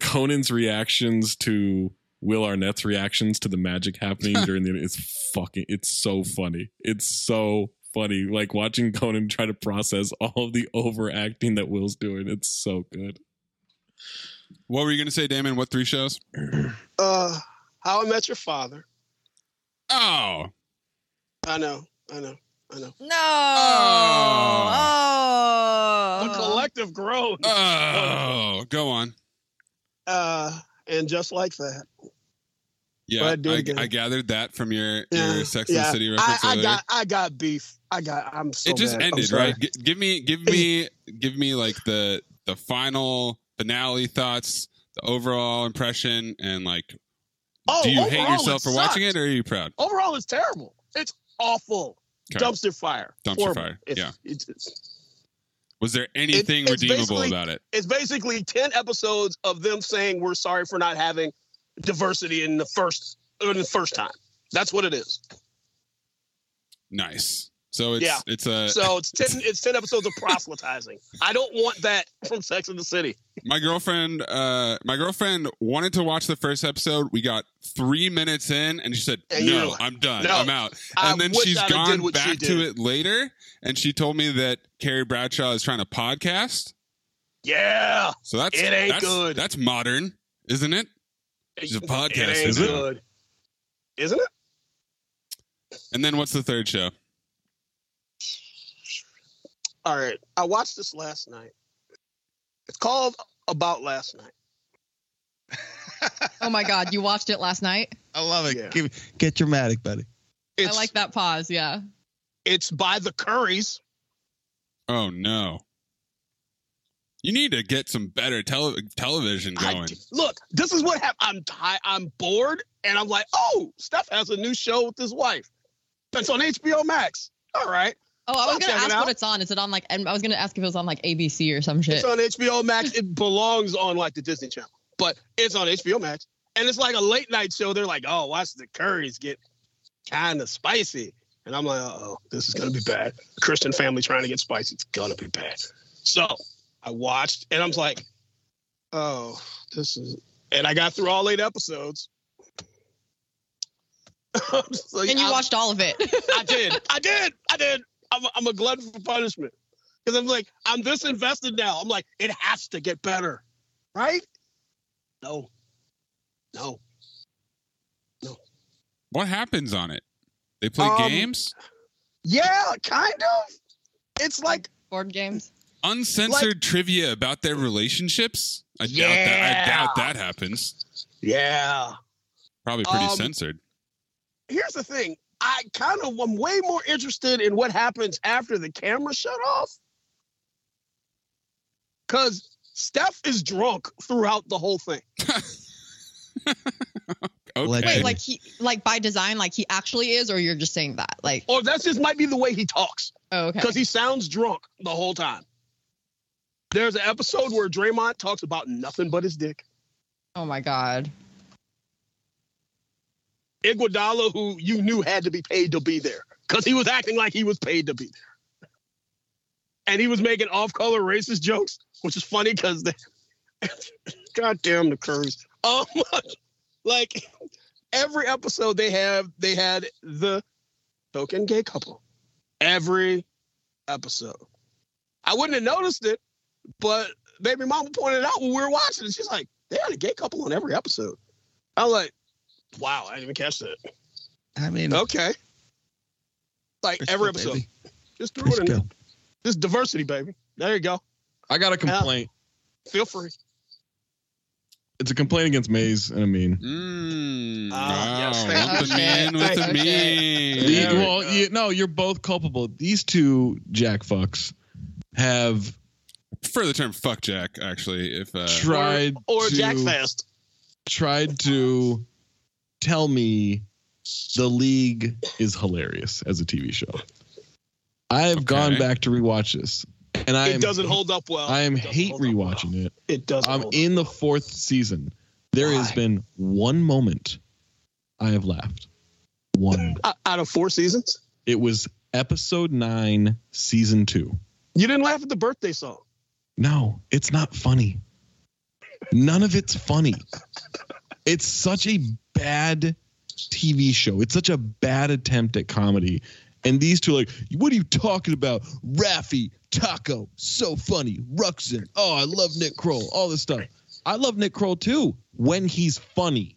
S4: Conan's reactions to Will Arnett's reactions to the magic happening during the it's fucking it's so funny. It's so funny. Like watching Conan try to process all of the overacting that Will's doing. It's so good.
S2: What were you gonna say, Damon? What three shows?
S6: Uh, How I Met Your Father.
S2: Oh,
S6: I know. I know. I know.
S5: No. Oh.
S6: The collective groan.
S2: oh, go on.
S6: Uh, and just like that. Go
S2: Yeah,
S6: ahead, do it
S2: I,
S6: again.
S2: I gathered that from your
S6: Yeah,
S2: your Sex and the
S6: yeah.
S2: City
S6: I,
S2: reference
S6: I
S2: earlier.
S6: got. I got beef. I got. I'm so.
S2: it just
S6: mad. I'm
S2: ended,
S6: sorry.
S2: right? G- give me, give me, give me like the the final finale thoughts, the overall impression, and like,
S6: Oh,
S2: do you hate
S6: overall,
S2: yourself
S6: it Oh,
S2: for watching
S6: sucked.
S2: it, or are you proud?
S6: Overall, it's terrible. It's awful.
S2: Okay.
S6: Dumpster fire.
S2: Dumpster
S6: Horrible.
S2: fire,
S6: It's,
S2: yeah.
S6: It's, it's,
S2: Was there anything
S6: it's
S2: redeemable
S6: basically-
S2: about it?
S6: it's basically ten episodes of them saying we're sorry for not having diversity in the first in the first time. That's what it is.
S2: Nice. So it's
S6: Yeah.
S2: it's a
S6: So it's ten. it's ten episodes of proselytizing. I don't want that from Sex in the City.
S2: my girlfriend uh my girlfriend wanted to watch the first episode. We got three minutes in and she said,
S6: And you're
S2: No,
S6: like,
S2: I'm done.
S6: "No,
S2: I'm out.
S6: I
S2: And then
S6: wish
S2: she's
S6: I'd have did
S2: gone
S6: what she
S2: back to
S6: did.
S2: it later and she told me that Carrie Bradshaw is trying to podcast.
S6: Yeah.
S2: So that's
S6: It ain't
S2: that's,
S6: good.
S2: That's modern, isn't it? She's a podcast,
S6: It ain't
S2: isn't it?
S6: good. Isn't it?
S2: And then what's the third show?
S6: All right. I watched this last night. It's called About Last Night.
S5: Oh my God. You watched it last night?
S3: I love it.
S6: Yeah.
S3: Give- get dramatic, buddy.
S6: It's,
S5: I like that pause. Yeah.
S6: It's by the Currys.
S2: Oh no. You need to get some better tele- television
S6: I-
S2: going.
S6: look, this is what happened. I'm ti I'm bored, and I'm like, oh, Steph has a new show with his wife. That's on HBO Max. All right,
S5: Oh, I was
S6: I'll
S5: gonna
S6: check it
S5: ask
S6: out.
S5: what it's on. Is it on like? And I was gonna ask if it was on like ABC or some shit.
S6: it's on HBO Max. It belongs on like the Disney Channel, but it's on HBO Max, and it's like a late night show. They're like, oh, watch the Currys get kind of spicy, and I'm like, oh, this is gonna be bad. Christian family trying to get spicy. It's gonna be bad. So I watched, and I'm like, oh, this is, and I got through all eight episodes. So,
S5: and you
S6: I-
S5: watched all of it.
S6: I did. I did. I did. I'm a, I'm a glutton for punishment. Because I'm like, I'm this invested now. I'm like, it has to get better. Right? No. No.
S2: What happens on it? They play
S6: Um,
S2: games?
S6: Yeah, kind of. It's like,
S5: Board games.
S2: uncensored trivia about their relationships. I doubt that. I
S6: Yeah.
S2: doubt that happens.
S6: yeah.
S2: Probably pretty
S6: Um,
S2: censored.
S6: Here's the thing. I kind of am way more interested in what happens after the camera shut off. Cause Steph is drunk throughout the whole thing.
S2: Okay.
S3: Like-
S5: Wait,
S3: Hey.
S5: like he, like by design, like he actually is, or you're just saying that? Like,
S6: Or that just might be the way he talks.
S5: oh, okay.
S6: because he sounds drunk the whole time. There's an episode where Draymond talks about nothing but his dick.
S5: Oh my God.
S6: Iguodala, who you knew had to be paid to be there, because he was acting like he was paid to be there. and he was making off-color racist jokes, which is funny because they, God damn the curves. Um, like every episode they have, they had the token gay couple. Every episode, I wouldn't have noticed it, but baby mama pointed it out when we were watching it. She's like, they had a gay couple on every episode. I'm like, wow, I didn't even catch that.
S3: I mean,
S6: Okay. Like every episode.
S3: baby.
S6: Just threw it in there.
S3: Briscoe.
S6: This diversity, baby. There you go.
S4: I got a complaint.
S6: Feel free.
S4: It's a complaint against Maze and Amin.
S2: Mm,
S6: Ah, yes,
S2: wow,
S6: thank
S2: with
S5: you.
S2: the man with the
S5: Okay.
S2: mean.
S4: The-
S2: Yeah.
S4: well, you, no, you're both culpable. These two jack fucks have
S2: prefer the term "fuck Jack" actually. If uh,
S4: tried
S6: Or
S4: to,
S6: Jack Fast.
S4: tried to tell me the league is hilarious as a TV show. I have gone
S2: Okay.
S4: back to rewatch this, and I
S6: It
S4: am,
S6: doesn't hold up well.
S4: I
S6: It
S4: am
S6: doesn't
S4: hate
S6: hold up well.
S4: rewatching it.
S6: It doesn't.
S4: I'm
S6: hold
S4: in
S6: up
S4: the fourth season. There has
S3: Why?
S4: been one moment I have laughed. One.
S6: well. O- out of four seasons.
S4: it was episode nine, season two.
S6: You didn't laugh at the birthday song.
S4: No, it's not funny. None of it's funny. It's such a bad TV show. It's such a bad attempt at comedy. And these two are like, what are you talking about? Raffy, Taco, so funny, Ruxin. Oh, I love Nick Kroll, all this stuff. I love Nick Kroll too when he's funny.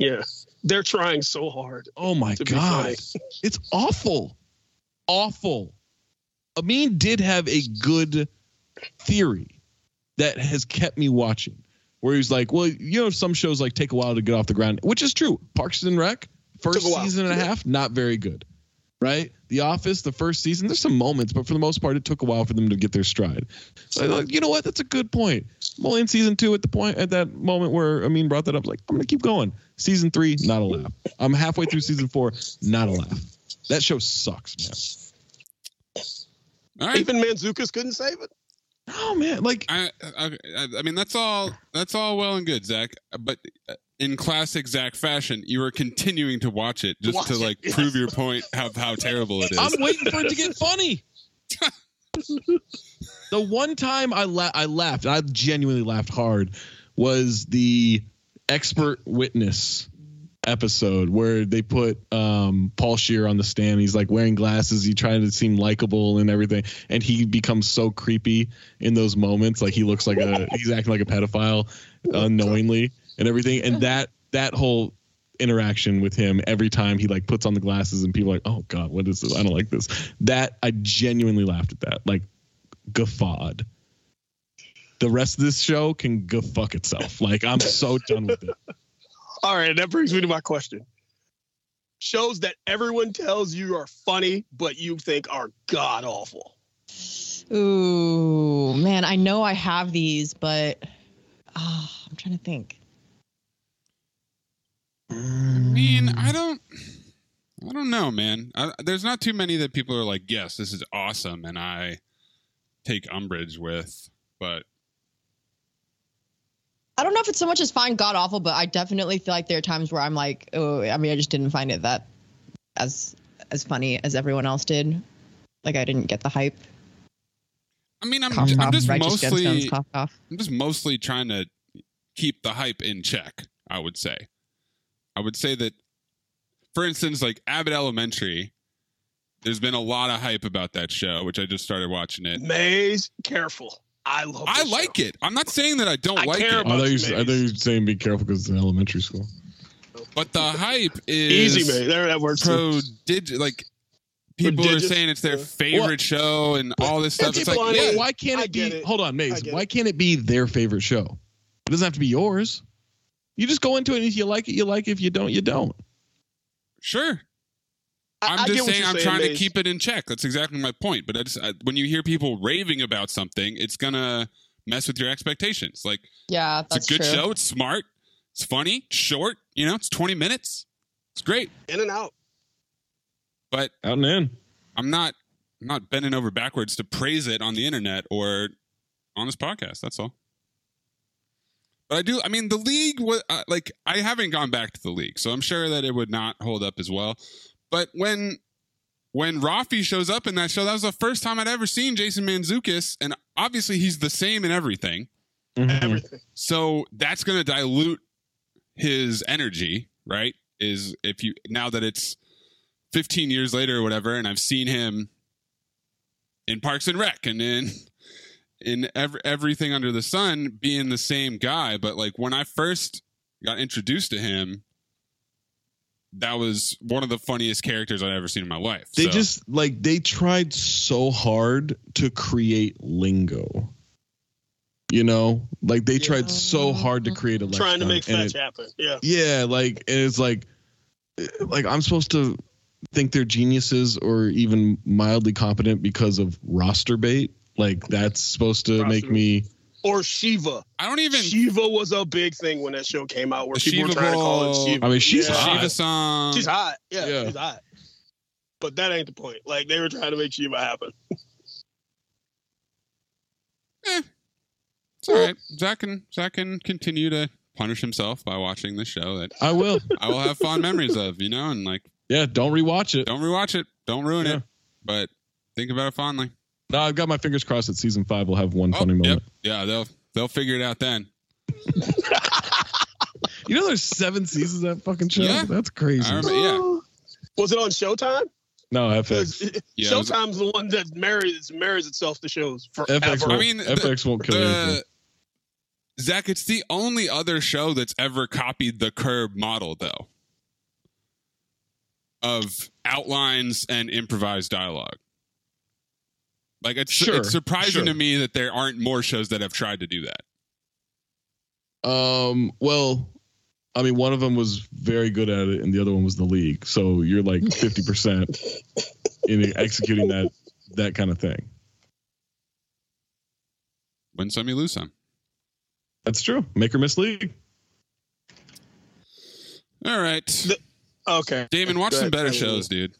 S6: Yeah. They're trying so hard.
S4: Oh my
S6: To be
S4: god,
S6: funny.
S4: it's awful, awful. Amin did have a good theory that has kept me watching, where he was like, "Well, you know, some shows like take a while to get off the ground," which is true. Parks and Rec, first
S6: Took a while.
S4: season and a
S6: Yeah.
S4: half, not very good. Right, The Office, the first season, there's some moments, but for the most part, it took a while for them to get their stride. So, like, you know what? That's a good point. I'm only in season two at the point at that moment where Amin brought that up. Like, I'm gonna keep going. Season three, not a laugh. I'm halfway through season four, not a laugh. That show sucks,
S2: all right,
S6: Even Manzukas couldn't save it.
S4: man. Oh man, like
S2: I, I, I I mean that's all that's all well and good, Zach. But uh, in classic Zach fashion, you are continuing to watch it just
S6: Watch
S2: to
S6: it,
S2: like
S6: yes.
S2: prove your point how how terrible it is.
S4: I'm waiting for it to get funny. the one time I la- I laughed, and I genuinely laughed hard, was the expert witness episode where they put um, Paul Shear on the stand. He's like wearing glasses. He trying to seem likable and everything, and he becomes so creepy in those moments. Like he looks like a he's acting like a pedophile unknowingly and everything. And that that whole interaction with him every time he like puts on the glasses and people are like, oh god, what is this? I don't like this. That I genuinely laughed at that. Like guffawed. The rest of this show can go fuck itself. Like I'm so done with it.
S6: All right, that brings me to my question. Shows that everyone tells you are funny, but you think are god awful.
S5: Ooh, man, I know I have these, but ah, I'm trying to think.
S2: I mean, I don't. I don't know, man. I, there's not too many that people are like, "Yes, this is awesome," and I take umbrage with. But
S5: I don't know if it's so much as find god awful, but I definitely feel like there are times where I'm like, oh, I mean, I just didn't find it that as as funny as everyone else did. Like I didn't get the hype.
S2: I mean, I'm,
S5: Cough,
S4: Mm,
S2: I'm
S5: cough,
S2: just
S5: righteous gemstones,
S2: mostly
S5: cough, cough.
S2: I'm just mostly trying to keep the hype in check, I would say. I would say that, for instance, like Abbott Elementary, there's been a lot of hype about that show, which I just started watching it.
S6: Maze, careful. I love
S2: I
S6: this
S2: like
S6: show.
S2: it. I'm not saying that I don't
S6: I
S2: like
S6: care
S2: it,
S6: about-
S4: I thought, you,
S6: Maze.
S4: I thought you were saying be careful because it's an elementary school.
S2: but the hype is
S6: Easy, Maze. There, that works.
S2: prodigious. Like, people are
S6: Prodigious,
S2: saying it's their
S6: yeah.
S2: favorite
S4: Well,
S2: show and all this stuff. It's
S6: it's
S2: like,
S6: funny.
S2: yeah,
S4: why can't
S6: I
S4: it be?
S6: get it.
S4: Hold on,
S6: I
S4: Maze.
S6: get
S4: Why
S6: it.
S4: can't it be their favorite show? It doesn't have to be yours. You just go into it and if you like it, you like it. If you don't, you don't.
S2: sure.
S6: I-
S2: I'm
S6: I get
S2: just
S6: what
S2: saying
S6: you're
S2: I'm trying to
S6: Maze.
S2: keep it in check. That's exactly my point. But I just I, when you hear people raving about something, it's gonna mess with your expectations. Like
S5: Yeah,
S2: it's
S5: that's
S2: a good
S5: true.
S2: show. It's smart. It's funny. Short. You know, it's 20 minutes. It's great.
S6: in and out.
S2: But
S4: Out and in.
S2: I'm not I'm not bending over backwards to praise it on the internet or on this podcast. That's all. But I do. I mean, the league was uh, like I haven't gone back to the league, so I'm sure that it would not hold up as well. But when when Rafi shows up in that show, that was the first time I'd ever seen Jason Manzukis, and obviously he's the same in everything.
S4: Mm-hmm.
S6: Everything.
S2: So that's going to dilute his energy, right? Is if you now that it's 15 years later or whatever, and I've seen him in Parks and Rec and in in ev- everything under the sun being the same guy, but like when I first got introduced to him, that was one of the funniest characters I'd ever seen in my life.
S4: They
S2: So-
S4: just like they tried so hard to create lingo. You know, like they tried so hard to create a lexicon,
S6: Trying to make
S4: and
S6: fetch
S4: it-
S6: happen. Yeah.
S4: Yeah, like and it's like, eh, like I'm supposed to think they're geniuses or even mildly competent because of roster bait. Like that's supposed to make
S6: Roster
S4: me.
S6: Or Shiva.
S2: I don't even
S6: Shiva was a big thing when that show came out where people
S2: Shiva
S6: were trying to call
S2: Ball.
S6: it Shiva.
S4: I mean, she's
S6: Yeah.
S4: hot.
S2: Shiva song.
S6: She's hot. Yeah,
S4: Yeah.
S6: she's hot. But that ain't the point. Like they were trying to make Shiva happen.
S2: It's all right. Zach can Zach can continue to punish himself by watching the show that
S4: I will.
S2: I will have fond memories of, you know, and like
S4: Yeah, don't rewatch it.
S2: don't rewatch it, don't ruin
S4: Yeah.
S2: it, but think about it fondly.
S4: No, I've got my fingers crossed that season five will have one
S2: Oh,
S4: funny
S2: yep.
S4: moment.
S2: Yeah, they'll they'll figure it out then.
S4: You know, there's seven seasons of that fucking show.
S2: Yeah.
S4: That's crazy.
S2: I remember, yeah.
S6: Was it on Showtime?
S4: No, FX.
S6: Because
S2: Yeah, it was-
S6: Showtime's the one that marries marries itself to shows forever.
S4: FX won't,
S2: I mean, the-
S4: FX won't kill anything.
S2: The, Zach, it's the only other show that's ever copied the curb model though. Of outlines and improvised dialogue. Like it's
S4: Sure,
S2: it's surprising
S4: sure.
S2: to me that there aren't more shows that have tried to do that.
S4: Um, well, I mean, one of them was very good at it, and the other one was the league. So you're like 50 percent in executing that that kind of thing.
S2: Win some, you lose some.
S4: That's true. Make or miss league.
S2: All right.
S6: Okay.
S2: Damon, watch
S6: Go
S2: some
S6: ahead,
S2: better
S6: Tyler.
S2: shows, dude.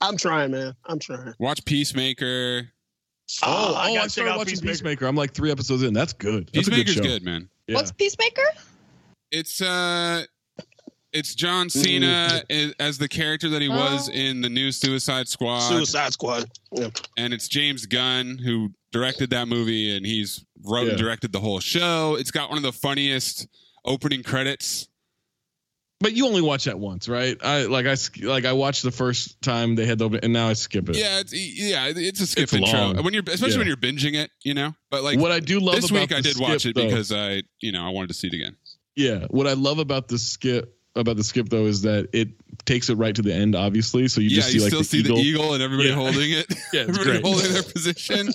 S6: I'm trying, man. I'm trying.
S2: Watch Peacemaker.
S6: Oh, I
S4: oh,
S6: gotta
S4: I,
S6: check
S4: started
S6: out
S4: watching Peacemaker.
S6: Peacemaker.
S4: I'm like three episodes in. That's good. That's a good
S2: Peacemaker's
S4: show.
S2: good, man.
S4: Yeah.
S5: What's Peacemaker?
S2: It's uh it's John Cena i- as the character that he was in the new Suicide Squad,
S6: Suicide Squad. Yeah.
S2: and it's James Gunn who directed that movie, and he's wrote and
S4: Yeah.
S2: directed the whole show. It's got one of the funniest opening credits.
S4: But you only watch that once, right? I like I sk- like I watched the first time they had the open, and now I skip it.
S2: Yeah, it's, e, yeah, it's a skip
S4: It's
S2: intro
S4: long.
S2: when you're especially
S4: Yeah.
S2: when you're binging it, you know. But like
S4: what I do love
S2: this
S4: about
S2: week, I
S4: the
S2: did watch it
S4: skip, though-
S2: because I you know I wanted to see it again.
S4: yeah, what I love about the skip about the skip though is that it takes it right to the end, obviously. So you
S2: yeah,
S4: just see
S2: you
S4: like
S2: still
S4: the
S2: see
S4: eagle.
S2: the eagle and everybody
S4: Yeah.
S2: holding it.
S4: Yeah, it's
S2: everybody
S4: great.
S2: holding their position.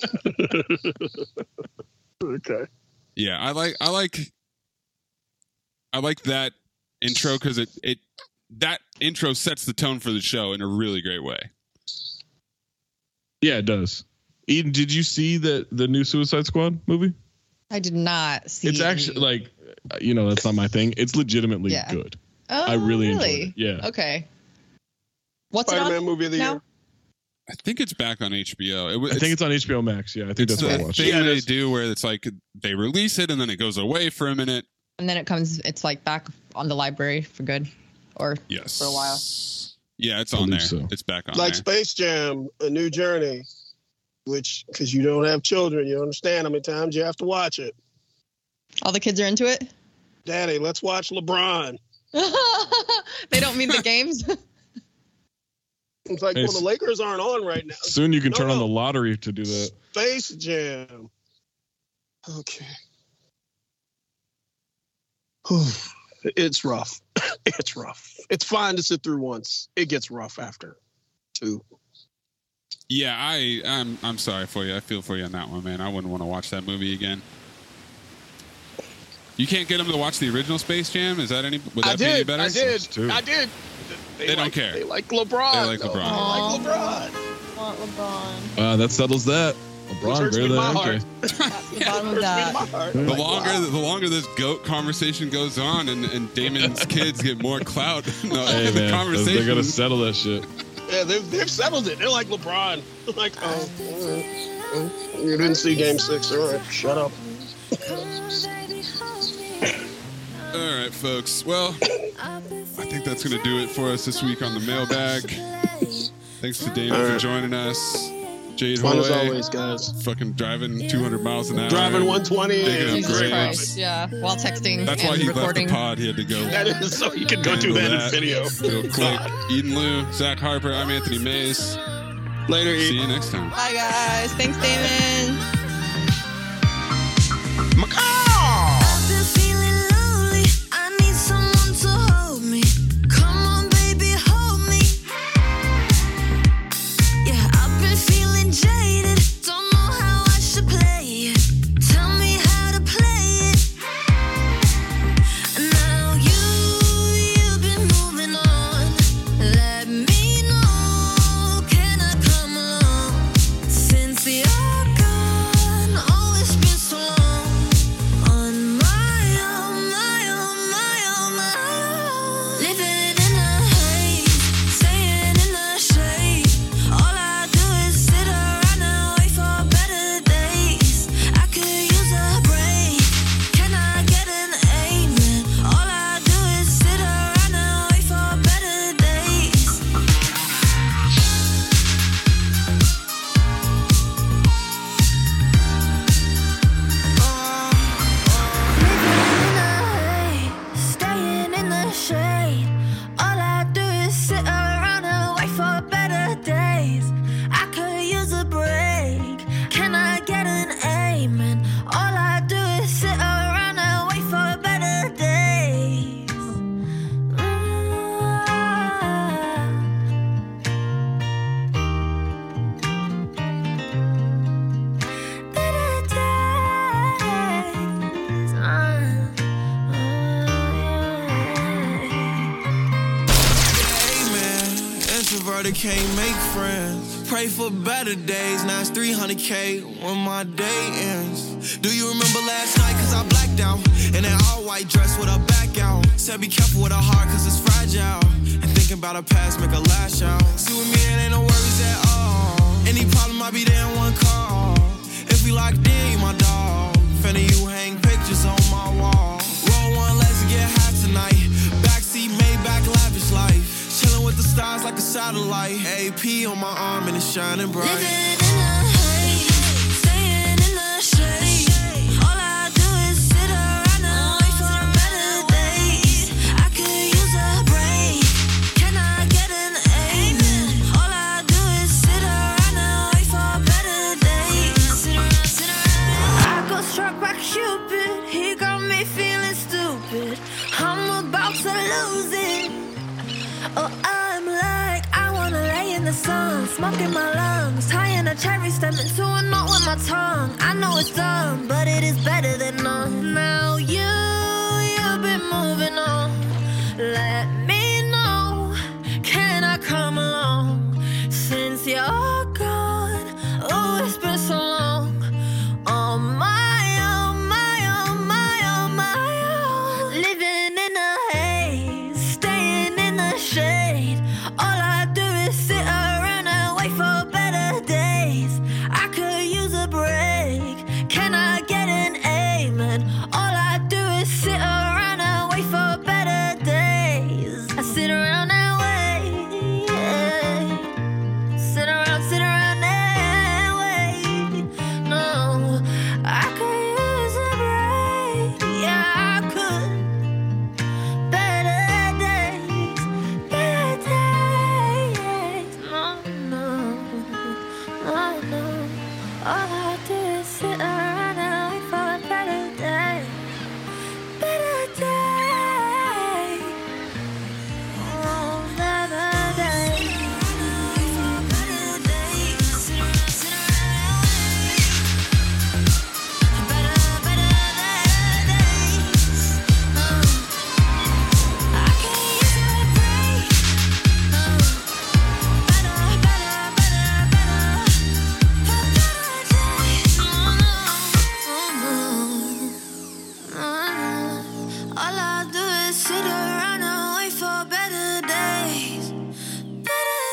S6: Okay.
S2: yeah, I like I like I like that intro because it it that intro sets the tone for the show in a really great way.
S4: Yeah, it does. Eden, did you see the the new Suicide Squad movie?
S5: I did not see.
S4: It's actually like, uh, you know, that's not my thing. It's legitimately
S5: Yeah.
S4: good.
S5: Oh,
S4: I
S5: really?
S4: really, enjoyed it. Yeah,
S5: Okay. What's it
S6: Spider Man
S5: on?
S6: movie of the
S5: now?
S6: year.
S2: I think it's back on HBO. It, wa-
S4: I think it's on HBO Max. Yeah, I think
S2: it's
S4: that's what I
S2: the
S4: watched.
S2: thing
S6: Yeah, it
S2: they
S6: is.
S2: do where it's like they release it and then it goes away for a minute.
S5: And then it comes. It's like back on the library for good, or
S2: Yes,
S5: For a while.
S2: Yeah, it's
S4: I
S2: on there.
S4: believe so.
S2: It's back on
S6: Like
S2: there.
S6: Space Jam, A New Journey, which because you don't have children, you don't understand how many times you have to watch it.
S5: all the kids are into it.
S6: Daddy, let's watch LeBron.
S5: they don't mean the games.
S6: It's like, well,
S4: It's-
S6: the Lakers aren't on right now.
S4: Soon you can
S6: No,
S4: turn on
S6: no.
S4: the lottery to do that.
S6: Space Jam. Okay. Whew. it's rough. it's rough. It's fine to sit through once. It gets rough after two.
S2: Yeah, I I'm I'm sorry for you. I feel for you on that one, man. I wouldn't want to watch that movie again. You can't get them to watch the original Space Jam. Is that any? Would that
S6: I
S2: be any
S6: did.
S2: better?
S6: I did.
S4: Two.
S6: I did. They,
S2: They don't
S6: like-
S2: care.
S6: They like LeBron.
S2: They like
S6: though.
S2: LeBron.
S6: They like LeBron.
S5: Want LeBron?
S4: Uh, that settles that.
S6: Which
S4: LeBron
S6: hurts me
S4: greater
S6: in
S4: than
S6: my
S4: MJ.
S6: heart.
S5: That's the bottom of
S6: Hurts me in my
S5: that.
S6: heart.
S4: The
S2: The
S6: Like,
S2: longer
S6: wow.
S2: the longer this goat conversation goes on, and, and Damon's kids get more clout. No,
S4: Hey
S2: the
S4: man,
S2: conversation.
S4: they're gonna settle that shit.
S6: Yeah, they've, they've settled it. They're like LeBron. like, oh, all right. Oh, you didn't see game six. All right, shut up.
S2: All right, folks. Well, I think that's gonna do it for us this week on the mailbag. Thanks to David
S6: All
S2: for
S6: right.
S2: joining us. Jade
S6: Fun as
S2: Holloway,
S6: always, guys.
S2: fucking driving 200 miles an hour.
S6: Driving 120.
S2: Digging up
S5: Jesus
S2: graves.
S5: Christ. Yeah. While texting
S2: That's
S5: and
S2: why he
S5: recording.
S2: left the pod. He had to go.
S6: That is so you can go do
S2: handle
S6: that, in video.
S2: Real quick. Eden Liu, Zach Harper. I'm Anthony Mays.
S6: Later, Eden.
S2: See you next time.
S5: Bye, guys. Thanks, Damon.
S8: I've been feeling lonely. I need someone to hold me. Come on, baby, hold me. Yeah, I've been feeling jaded. Don't know how I should play it. Tell me how to play it. Now you, you've been moving on. Let me know. Can I come along? Since you're gone, oh, it's been so long. On my own, my own, my own, my own. Living in the haze, staying in the shade. All I do is sit around and wait for better days. I could use a break. Can I get an amen? All I do is sit around and wait for better days. Staying in the shade. All I do is sit around and wait for better days. I could use a break. Can I get an amen? All I do is sit around and wait for better days. Mm.
S9: Introverted can't make friends. Pray for better days. Now it's 300k when my day ends. Do you remember last night? Cause I blacked out. In an all white dress with a back out. Said be careful with a heart cause it's fragile. And thinking about a past make a lash out. See with me, it ain't no worries at all. Any problem, I be there in one call. If we locked in, you my dog. Finna you hang pictures on my wall. Roll one, let's get high tonight. Backseat Maybach, lavish life. Chillin' with the stars like a satellite. AP on my arm and it's shining bright.
S8: Living in the haze, staying in the shade. All I do is sit around and wait for better days. I could use a break. Can I get an amen? All I do is sit around and wait for better days. Sit around, sit around. I got struck by Cupid. He got me feeling stupid. I'm about to lose it. Oh, I'm like, I wanna lay in the sun, smoke in my lungs, tie in a cherry stem into a knot with my tongue. I know it's dumb, but it is better than none. Now you, you've been moving on. Let me know, can I come along? Since you're gone, oh, it's been so long. On my own, my own, my own, my own. Living in a haze, staying in the shade. All I do is sit around and wait for better days. I could use a break. Can I get an amen? All I do is sit around and wait for better days. I sit around and wait. Sit around, sit around and wait. No, I could use a break. Yeah, I could. Better days, better days. No, no, no, no. All I do is sit around and wait for a better day. Better day. Ah, All I do is sit around and wait for better days. Better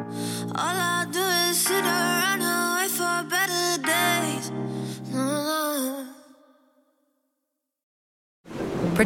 S8: days. All I do is sit around and wait for better days. Mm.